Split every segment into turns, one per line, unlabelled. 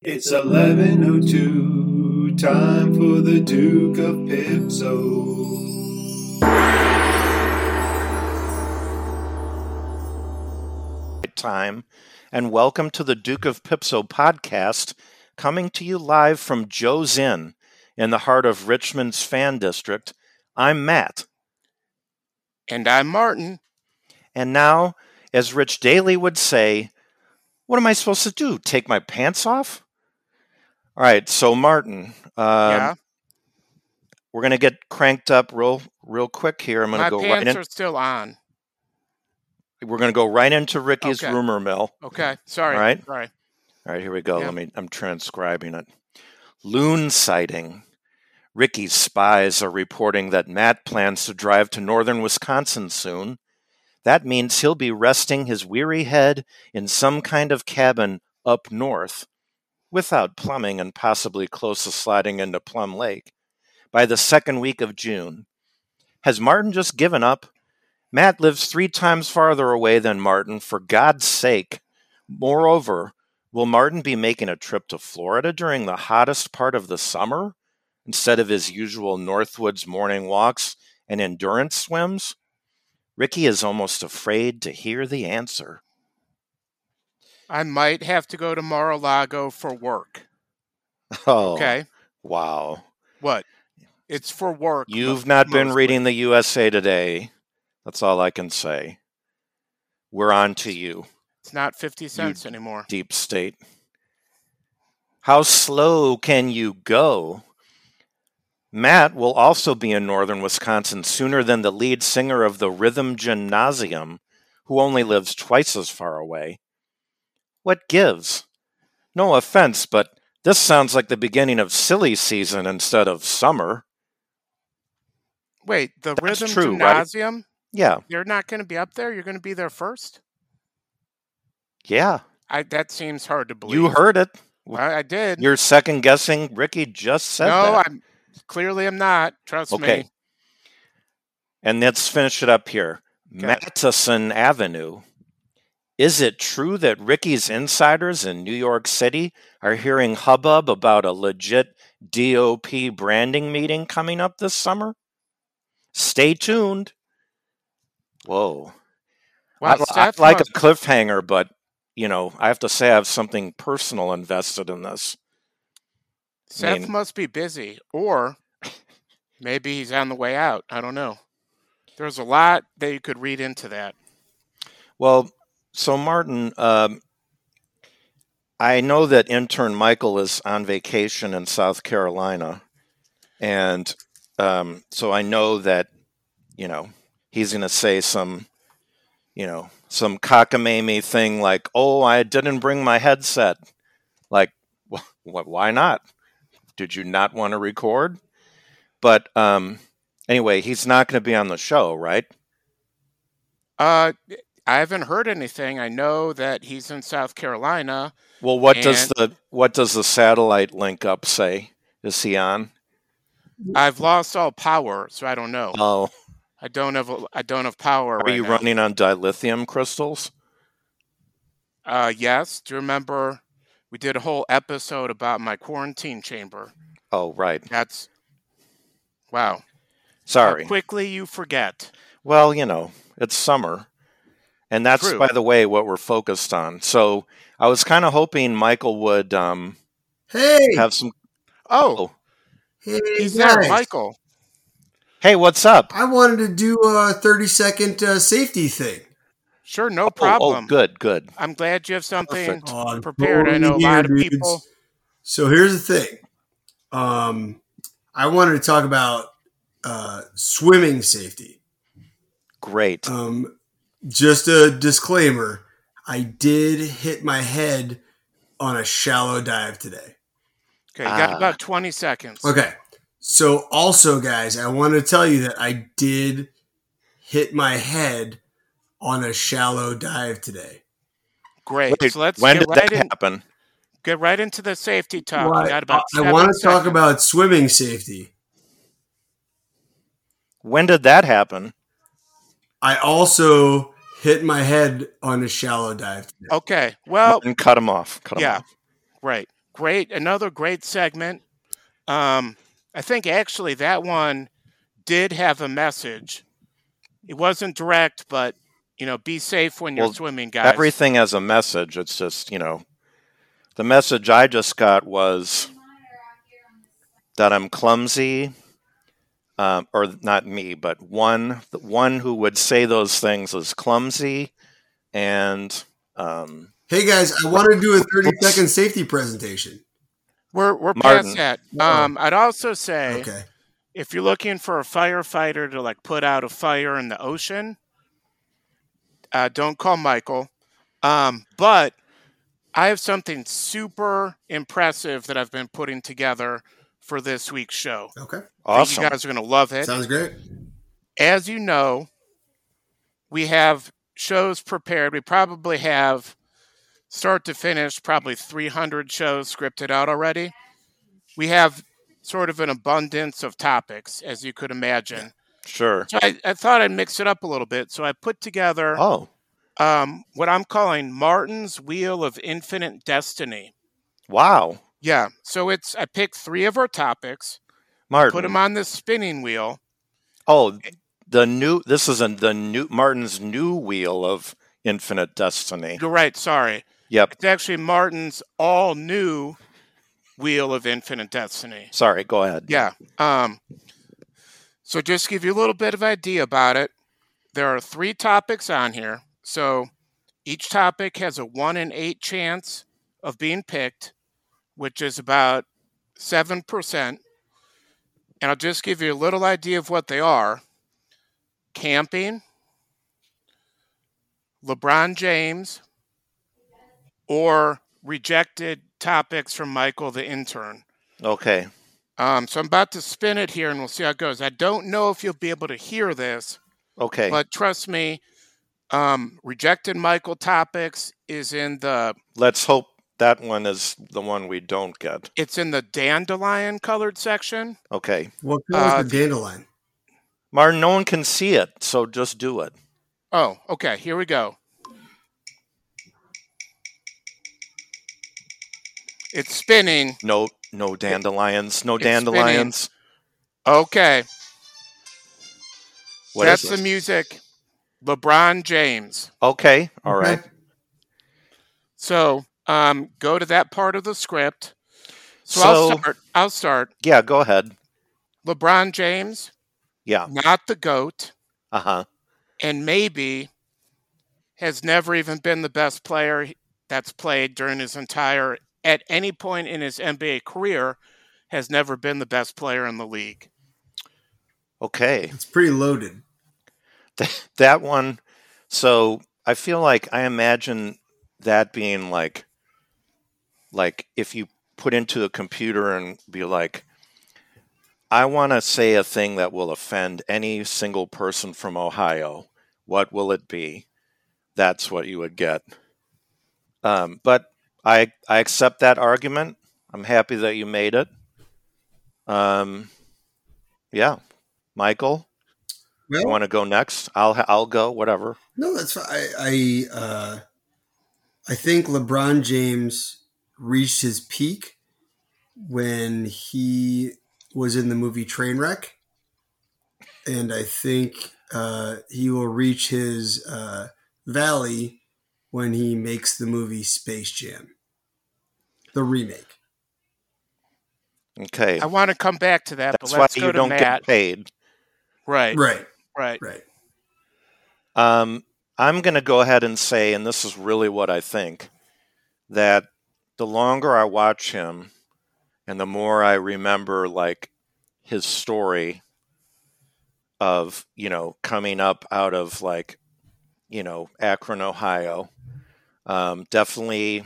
It's 1102, time for the Duke of Pipso.
time, and welcome to the Duke of Pipso podcast, coming to you live from Joe's Inn in the heart of Richmond's fan district. I'm Matt,
And I'm Martin.
and now, as Rich Daly would say, what am I supposed to do? Take my pants off? All right, so Martin, um,
yeah.
we're gonna get cranked up real, real quick here. I'm gonna
My
go
pants
right in.
are still on.
We're gonna go right into Ricky's
Okay.
rumor mill.
Okay. Sorry.
All right.
Sorry.
All right, here we go.
Yeah.
Let me. I'm transcribing it. Loon sighting. Ricky's spies are reporting that Matt plans to drive to northern Wisconsin soon. That means he'll be resting his weary head in some kind of cabin up north, without plumbing and possibly close to sliding into Plum Lake, by the second week of June. Has Martin just given up? Matt lives three times farther away than Martin, for God's sake. Moreover, Will Martin be making a trip to Florida during the hottest part of the summer instead of his usual Northwoods morning walks and endurance swims? Ricky is almost afraid to hear the answer.
I might have to go to Mar-a-Lago for work.
Oh,
Okay.
wow.
What? It's for work.
You've not been
mostly.
reading the USA Today. That's all I can say. We're on to you.
It's not 50 cents anymore.
deep state. How slow can you go? Matt will also be in northern Wisconsin sooner than the lead singer of the Rhythm Gymnasium, who only lives twice as far away. What gives? No offense, but this sounds like the beginning of silly season instead of summer.
Wait, the
That's
Rhythm
true, right?
Gymnasium?
Yeah,
You're not going to be up there? You're going to be there first?
yeah.
I, that seems hard to believe.
You heard it.
Well, I did.
You're second guessing. Ricky just said that.
no, I'm clearly I'm not. Trust
Okay.
me.
And let's finish it up here.
Okay.
Mattison Avenue. Is it true that Ricky's insiders in New York City are hearing hubbub about a legit DOP branding meeting coming up this summer? Stay tuned. Whoa.
Wow,
I, I
Steph
like
must-
a cliffhanger, but you know, I have to say I have something personal invested in this.
Seth
mean-
must be busy, or maybe he's on the way out. I don't know. There's a lot that you could read into that.
Well, so Martin, um, I know that intern Michael is on vacation in South Carolina, and um, so I know that you know he's going to say some, you know, some cockamamie thing like, "Oh, I didn't bring my headset." Like, wh- wh- why not? Did you not want to record? But um, anyway, he's not going to be on the show, right?
Uh, I haven't heard anything. I know that he's in South Carolina.
Well, what does
And-
the what does the satellite link up say? Is he on?
I've lost all power, so I don't know.
Mm. Oh,
I don't have a- I don't have power
are
right
you
now.
running on dilithium crystals?
Uh, yes. Do you remember we did a whole episode about my quarantine chamber?
Oh, right.
That's wow. How
Sorry.
quickly you forget.
Well, you know, it's summer. And that's,
True.
by the way, what we're focused on. So I was kind of hoping Michael would um,
Hey,
have some.
Oh,
Oh,
hey
he's there,
guys.
Michael.
hey, what's up?
I wanted to do a 30 second uh, safety thing.
Sure, no
Oh,
problem.
Oh, good, good.
I'm glad you have something.
Perfect.
Oh, I'm
Prepared. I know a lot of
dudes.
people-
So here's the thing. Um, I wanted to talk about uh, swimming safety.
Great.
Um, just a disclaimer I did hit my head on a shallow dive today.
Okay, you got
Ah.
about 20 seconds.
Okay. So also guys, I want to tell you that I did hit my head on a shallow dive today.
Great.
Wait,
so let's
when
get
did
right,
that
in,
happen?
get right into the safety talk.
Well,
We got about
I,
seven
want to talk
seconds.
about swimming safety.
When did that happen?
I also hit my head on a shallow dive. today.
Okay, well,
Oh. and cut him off. Cut him
yeah.
off.
right. great, another great segment. Um, I think actually that one did have a message. It wasn't direct, but you know, be safe when you're
Well,
swimming, guys.
Everything has a message. It's just, you know, the message I just got was that I'm clumsy, um, or not me, but one, the one who would say those things is clumsy and um,
Hey guys, I want to do a 30 second safety presentation.
we're we're
Martin.
past that. Um, I'd also say
Okay.
if you're looking for a firefighter to like put out a fire in the ocean, uh, don't call Michael. Um, but I have something super impressive that I've been putting together for this week's show.
Okay.
I think
awesome.
You guys are going to love it.
Sounds great.
As you know, we have shows prepared. We probably have start to finish probably 300 shows scripted out already. We have sort of an abundance of topics, as you could imagine.
Sure.
So I, I thought I'd mix it up a little bit. So I put together
Oh,
um, what I'm calling Martin's Wheel of Infinite Destiny.
wow.
Yeah. So it's, I picked three of our topics, put them
Martin.
on this spinning wheel.
Oh, the new, this is a, the new, Martin's new wheel of infinite destiny.
You're right. Sorry.
Yep.
It's actually Martin's all new Wheel of Infinite Destiny.
Sorry. Go ahead.
Yeah. Um, so just to give you a little bit of idea about it. There are three topics on here. So each topic has a one in eight chance of being picked, which is about seven percent. And I'll just give you a little idea of what they are: camping, LeBron James, or rejected topics from Michael the intern.
Okay.
Um, so I'm about to spin it here and we'll see how it goes. I don't know if you'll be able to hear this,
Okay.
but trust me, um, rejected Michael topics is in the
Let's hope that one is the one we don't get.
it's in the dandelion colored section.
Okay.
What color
Uh,
is the dandelion?
Martin, no one can see it, so just do it.
Oh, okay, here we go. It's spinning.
No, no dandelions. No
It's spinning.
dandelions.
Okay,
What is
that's
this?
the music. LeBron James.
Okay. All
Mm-hmm.
right.
Okay.
So um, go to that part of the script. So, I'll
So-
start. I'll start.
Yeah. Go ahead.
LeBron James,
Yeah.
not the GOAT,
Uh huh.
and maybe has never even been the best player that's played during his entire, at any point in his NBA career, has never been the best player in the league.
Okay.
It's pretty loaded.
That one. So I feel like I imagine that being like, like if you put into a computer and be like, I want to say a thing that will offend any single person from Ohio. What will it be? That's what you would get. Um, but I I accept that argument. I'm happy that you made it. Um, yeah, Michael,
Well-
you want to go next? I'll ha- I'll go. Whatever.
No, that's fine. I I, uh, I think LeBron James reached his peak when he was in the movie Trainwreck, and I think uh, he will reach his uh, valley when he makes the movie Space Jam, the remake.
Okay,
I want to come back to that,
that's
but
why
let's go
you
to
don't
Matt.
get paid.
Right, right,
Right, right.
Um, I'm going to go ahead and say, and this is really what I think, that the longer I watch him, and the more I remember like his story of you know coming up out of like you know Akron, Ohio, um, definitely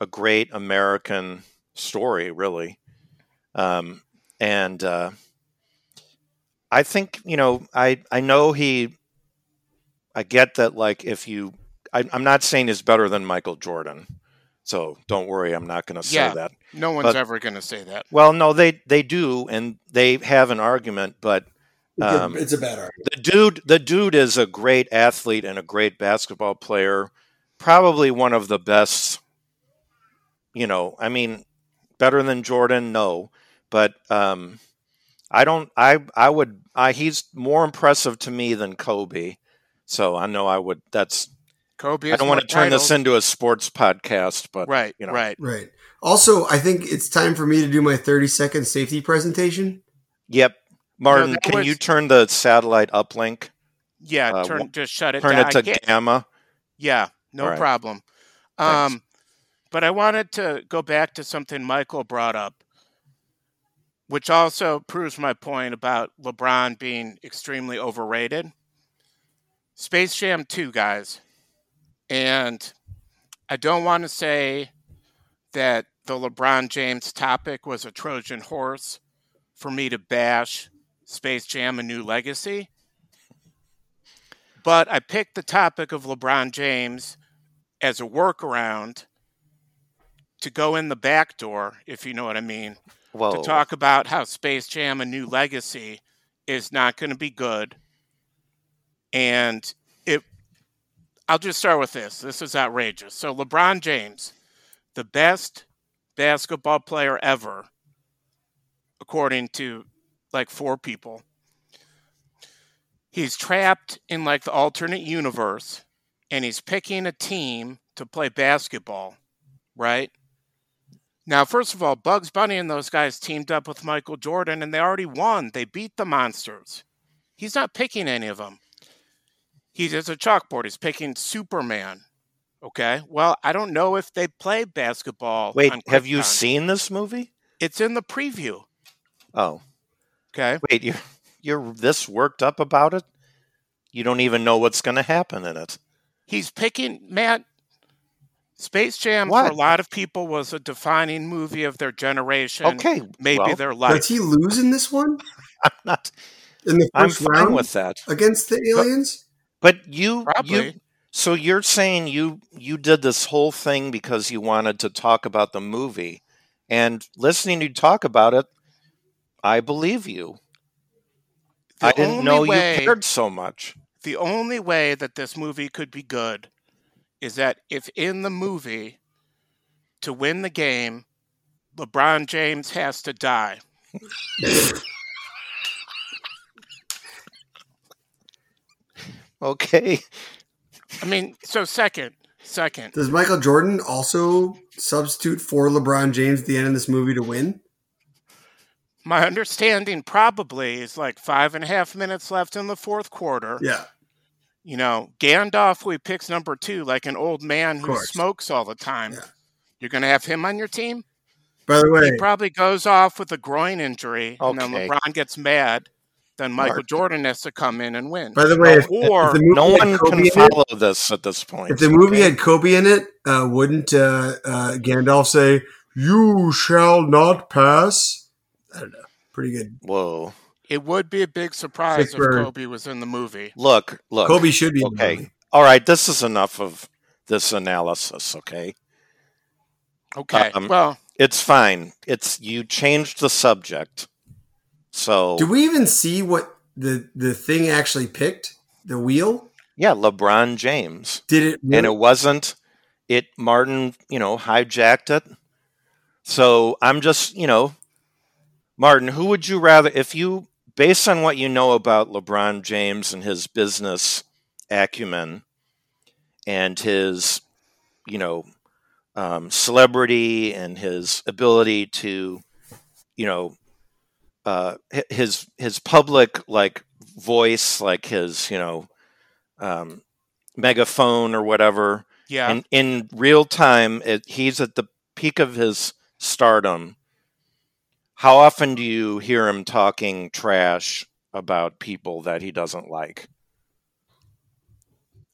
a great American story, really, um, and uh, I think you know I I know he I get that, like, if you, I, I'm not saying he's better than Michael Jordan, so don't worry, I'm not going to say
Yeah.
that.
No one's
But-
ever going to say that.
Well, no, they they do, and they have an argument, but
It's a-
Um,
it's a bad art.
the dude, the dude is a great athlete and a great basketball player, probably one of the best. You know, I mean, better than Jordan? No, but um, I don't. I I would. I, he's more impressive to me than Kobe. So I know I would. That's.
Kobe.
I don't want to turn this into a sports podcast, but
right,
you know.
right.
Right. Also, I think it's time for me to do my 30 second safety presentation.
Yep. Martin,
that
can
was-
you turn the satellite uplink?
Yeah,
Uh,
turn
wha-
just shut it
Turn
down.
it
I
to
can't-
gamma.
Yeah, no
All right.
problem.
Thanks.
Um, but I wanted to go back to something Michael brought up, which also proves my point about LeBron being extremely overrated. Space Jam 2, guys. And I don't want to say that the LeBron James topic was a Trojan horse for me to bash Space Jam A New Legacy. But I picked the topic of LeBron James as a workaround to go in the back door, if you know what I mean,
Whoa.
to talk about how Space Jam A New Legacy is not going to be good. And it I'll just start with this. This is outrageous. So LeBron James, the best basketball player ever according to like four people. He's trapped in like the alternate universe and he's picking a team to play basketball, right? Now, first of all, Bugs Bunny and those guys teamed up with Michael Jordan and they already won. They beat the monsters. He's not picking any of them. He does a chalkboard. He's picking Superman. Okay. Well, I don't know if they play basketball.
Wait,
on
have you
Krypton.
seen this movie?
It's in the preview.
Oh,
Okay.
wait, you're you're this worked up about it? You don't even know what's going to happen in it.
He's picking Matt. Space Jam for
What?
a lot of people was a defining movie of their generation.
Okay,
Maybe
well,
their life.
Does he lose in this one?
I'm not.
In the
I'm
first
fine
round
with that.
against the aliens?
But you, you,
Probably.
so you're saying you you did this whole thing because you wanted to talk about the movie, and listening to you talk about it, I believe you.
The
I didn't
only
know
way-
you cared so much.
The only way that this movie could be good is that if in the movie, to win the game, LeBron James has to die.
Okay,
I mean, so second, second,
Does Michael Jordan also substitute for LeBron James at the end of this movie to win?
my understanding probably is like five and a half minutes left in the fourth quarter.
Yeah.
You know, Gandalf, who he picks number two, like an old man who
course.
smokes all the time.
Yeah.
You're going to have him on your team?
By the way,
He probably goes off with a groin injury, and then
Okay.
LeBron gets mad. Then Michael
Mark.
Jordan has to come in and win.
by the way, if,
or
if the movie
no
had
one
Kobe in
can
it-
follow this at this point.
if the movie
okay?
had Kobe in it, uh, wouldn't uh, uh, Gandalf say, "You shall not pass"? I don't know. Pretty good.
whoa,
it would be a big surprise if
Pittsburgh.
Kobe was in the movie.
look, look,
Kobe should be in the
Okay,
movie.
all right, this is enough of this analysis. Okay,
Okay.
Um,
well,
It's fine. It's you changed the subject. So
Do we even see what the the thing actually picked? The wheel?
yeah, LeBron James.
Did it?
And it wasn't it Martin, you know, hijacked it. So I'm just, you know, Martin, who would you rather if you based on what you know about LeBron James and his business acumen and his, you know, um, celebrity and his ability to, you know, uh, hi- his his public like voice, like his you know, um, megaphone or whatever,
yeah.
and in real time, it, he's at the peak of his stardom. How often do you hear him talking trash about people that he doesn't like?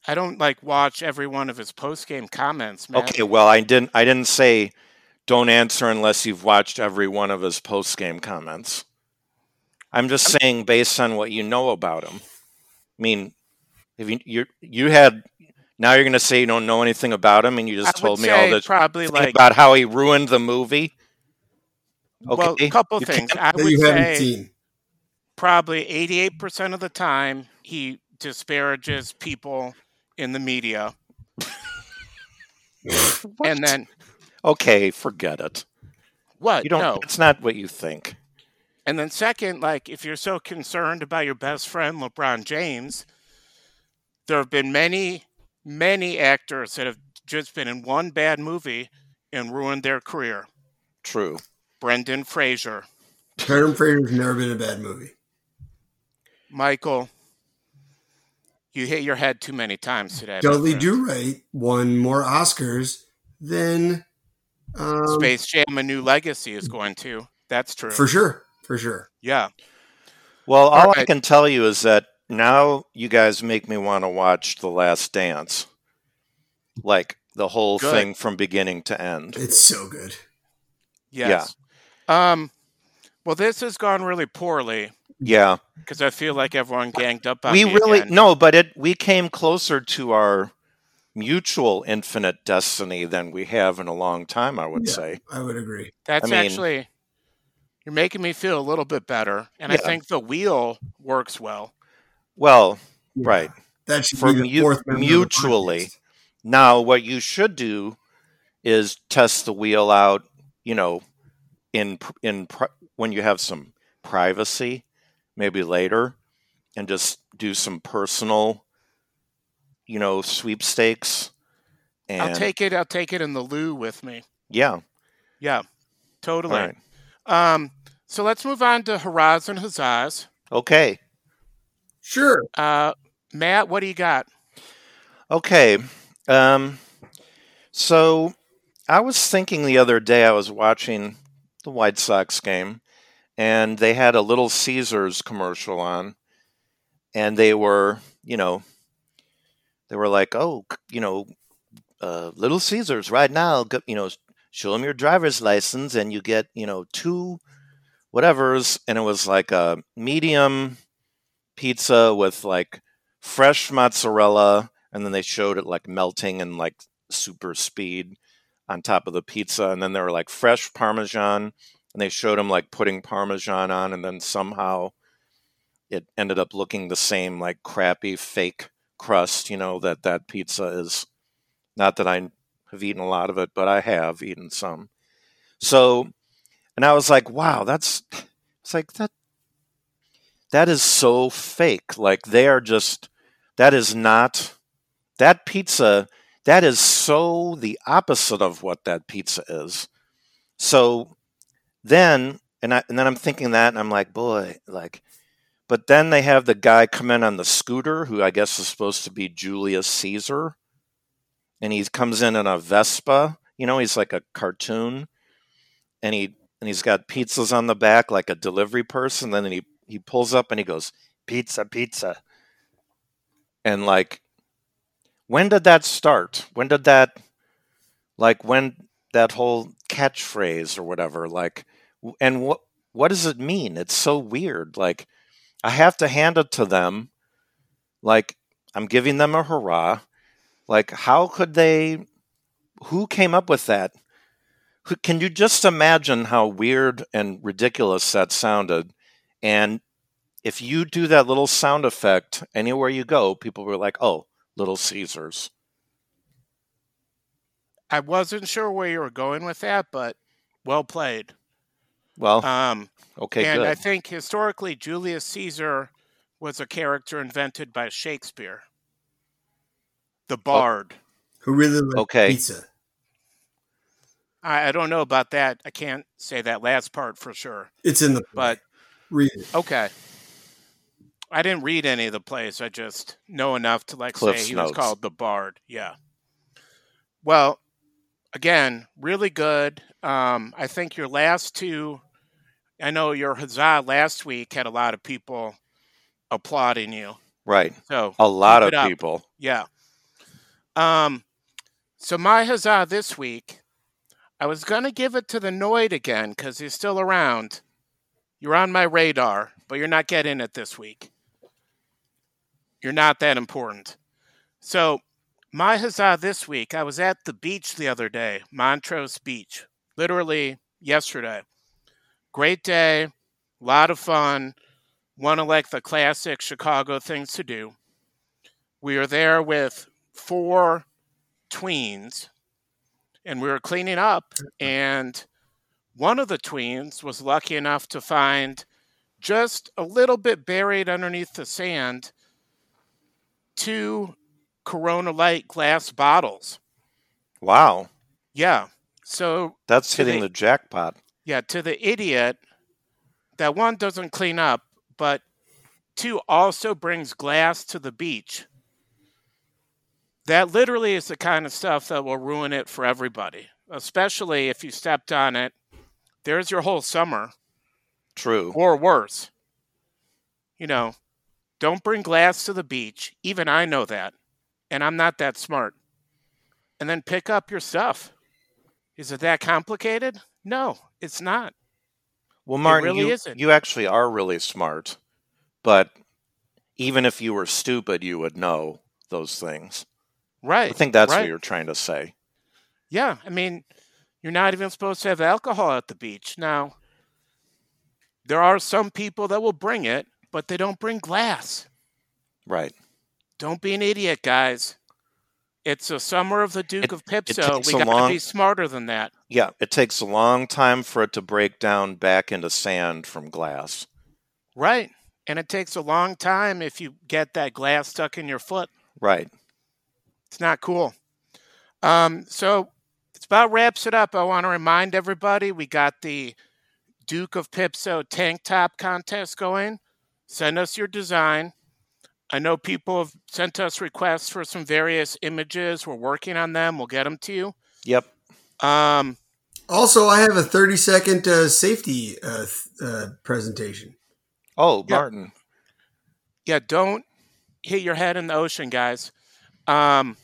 I don't like watch every one of his post game comments, man.
Okay, well, I didn't. I didn't say don't answer unless you've watched every one of his post game comments. I'm just saying, based on what you know about him. I mean, if you you you had now you're going to say you don't know anything about him, and you
I
just
would
told me all
say
this
probably
thing
like
about how he ruined the movie.
well,
okay,
a couple
you
things. I
that
would
you haven't
say
seen.
probably 88% of the time he disparages people in the media and then
Okay, forget it.
What?
You don't.
Uh, no.
It's not what you think.
And then second, like if you're so concerned about your best friend LeBron James, there have been many, many actors that have just been in one bad movie and ruined their career.
True.
Brendan Fraser,
Brendan Fraser's never been a bad movie.
Michael, you hit your head too many times today. my
Dudley
friend.
Do Right won more Oscars than um,
Space Jam: A New Legacy is going to. That's true.
for sure, for sure.
yeah.
Well, all, I
right.
can tell you is that now you guys make me want to watch The Last Dance, like the whole
Good.
thing from beginning to end.
It's so good.
Yes. Um. Well, this has gone really poorly
Yeah,
because I feel like everyone ganged up on
we
me
really
again.
no, but it we came closer to our mutual infinite destiny than we have in a long time. I would
Yeah.
say.
I would agree.
That's
mean-
actually you're making me feel a little bit better, and I
Yeah.
think the wheel works well.
Well,
Yeah.
right.
That should
For
be the
mu-
fourth member of the
mutually.
podcast.
Now, what you should do is test the wheel out, you know, in pr- in pri- when you have some privacy, maybe later, and just do some personal, you know, sweepstakes. And
I'll take it. I'll take it in the loo with me.
yeah, all
Yeah, totally.
right,
Um, so let's move on to Horizon Huzzahs.
okay,
Sure.
Uh, Matt, what do you got?
okay. Um, so I was thinking the other day I was watching the White Sox game, and they had a Little Caesars commercial on, and they were, you know, they were like, oh, c- you know, uh, Little Caesars right now, go- you know, s- show them your driver's license, and you get, you know, two whatever's, and it was like a medium pizza with like fresh mozzarella, and then they showed it like melting and like super speed on top of the pizza and then there were like fresh parmesan and they showed him like putting parmesan on and then somehow it ended up looking the same like crappy fake crust you know that that pizza is not that i have eaten a lot of it but i have eaten some so and i was like wow that's it's like that that is so fake like they are just that is not that pizza that is so the opposite of what that pizza is so then and I and then I'm thinking that and I'm like, boy, like but then they have the guy come in on the scooter who I guess is supposed to be Julius Caesar and he comes in in a Vespa, you know, he's like a cartoon and he and he's got pizzas on the back like a delivery person then he he pulls up and he goes, "Pizza, pizza." And like when did that start? When did that like when that whole catchphrase or whatever like w- and what what does it mean it's so weird like i have to hand it to them like i'm giving them a hurrah like how could they who came up with that Who- can you just imagine how weird and ridiculous that sounded and if you do that little sound effect anywhere you go people were like oh little caesars
I wasn't sure where you were going with that, but well played.
well
Um,
okay
and
good
I think historically, Julius Caesar was a character invented by Shakespeare,
Oh
the bard.
Who really likes
Okay.
pizza?
I, I don't know about that. I can't say that last part for sure.
It's in the
But
read it.
okay, I didn't read any of the plays. I just know enough to like
Cliff's
say he was
notes.
called the bard. Yeah. Well, again, really good. Um, I think your last two. I know your huzzah last week had a lot of people applauding you.
right
So
a lot
Keep
of
it up.
people
Yeah. Um, so my huzzah this week, I was gonna give it to the Noid again because he's still around. You're on my radar, but you're not getting it this week. You're not that important. So my huzzah this week, I was at the beach the other day, Montrose Beach, literally yesterday. Great day, lot of fun, one of like the classic Chicago things to do. We were there with four tweens and we were cleaning up and One of the tweens was lucky enough to find just a little bit buried underneath the sand two Corona Light glass bottles.
Wow.
Yeah. So
That's
Do
hitting
they-
the jackpot.
Yeah, to the idiot, that one doesn't clean up, but two also brings glass to the beach. That literally is the kind of stuff that will ruin it for everybody, especially if you stepped on it. There's your whole summer,
True.
or worse. You know, don't bring glass to the beach. Even I know that, and I'm not that smart. And then pick up your stuff. Is it that complicated? No, it's not.
Well, Martin,
really
you,
isn't.
you actually are really smart, but even if you were stupid, you would know those things. I
Right.
think that's
right.
what you're trying to say.
Yeah. I mean, you're not even supposed to have alcohol at the beach. Now, there are some people that will bring it, but they don't bring glass.
Right.
Don't be an idiot, guys. It's a summer of the Duke
It-
of Pipso.
takes
We
a
got to
long-
be smarter than that.
Yeah, it takes a long time for it to break down back into sand from glass.
Right. And it takes a long time if you get that glass stuck in your foot.
Right.
It's not cool. Um, so it's about wraps it up. I want to remind everybody we got the Duke of Pipso tank top contest going. Send us your design. I know people have sent us requests for some various images. We're working on them. We'll get them to you.
Yep.
Um,
Also, I have a 30 second uh, safety uh, th- uh, presentation.
Oh,
Yeah.
Martin.
yeah, don't hit your head in the ocean, guys. Um,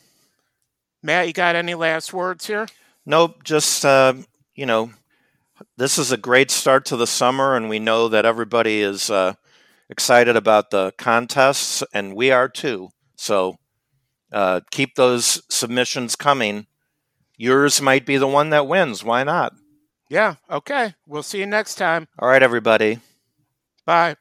Matt, you got any last words here?
Nope. Just, uh, you know, this is a great start to the summer, and we know that everybody is uh, excited about the contests, and we are too. So uh, keep those submissions coming. Yours might be the one that wins. Why not?
Yeah, okay. We'll see you next time.
All right, everybody.
Bye.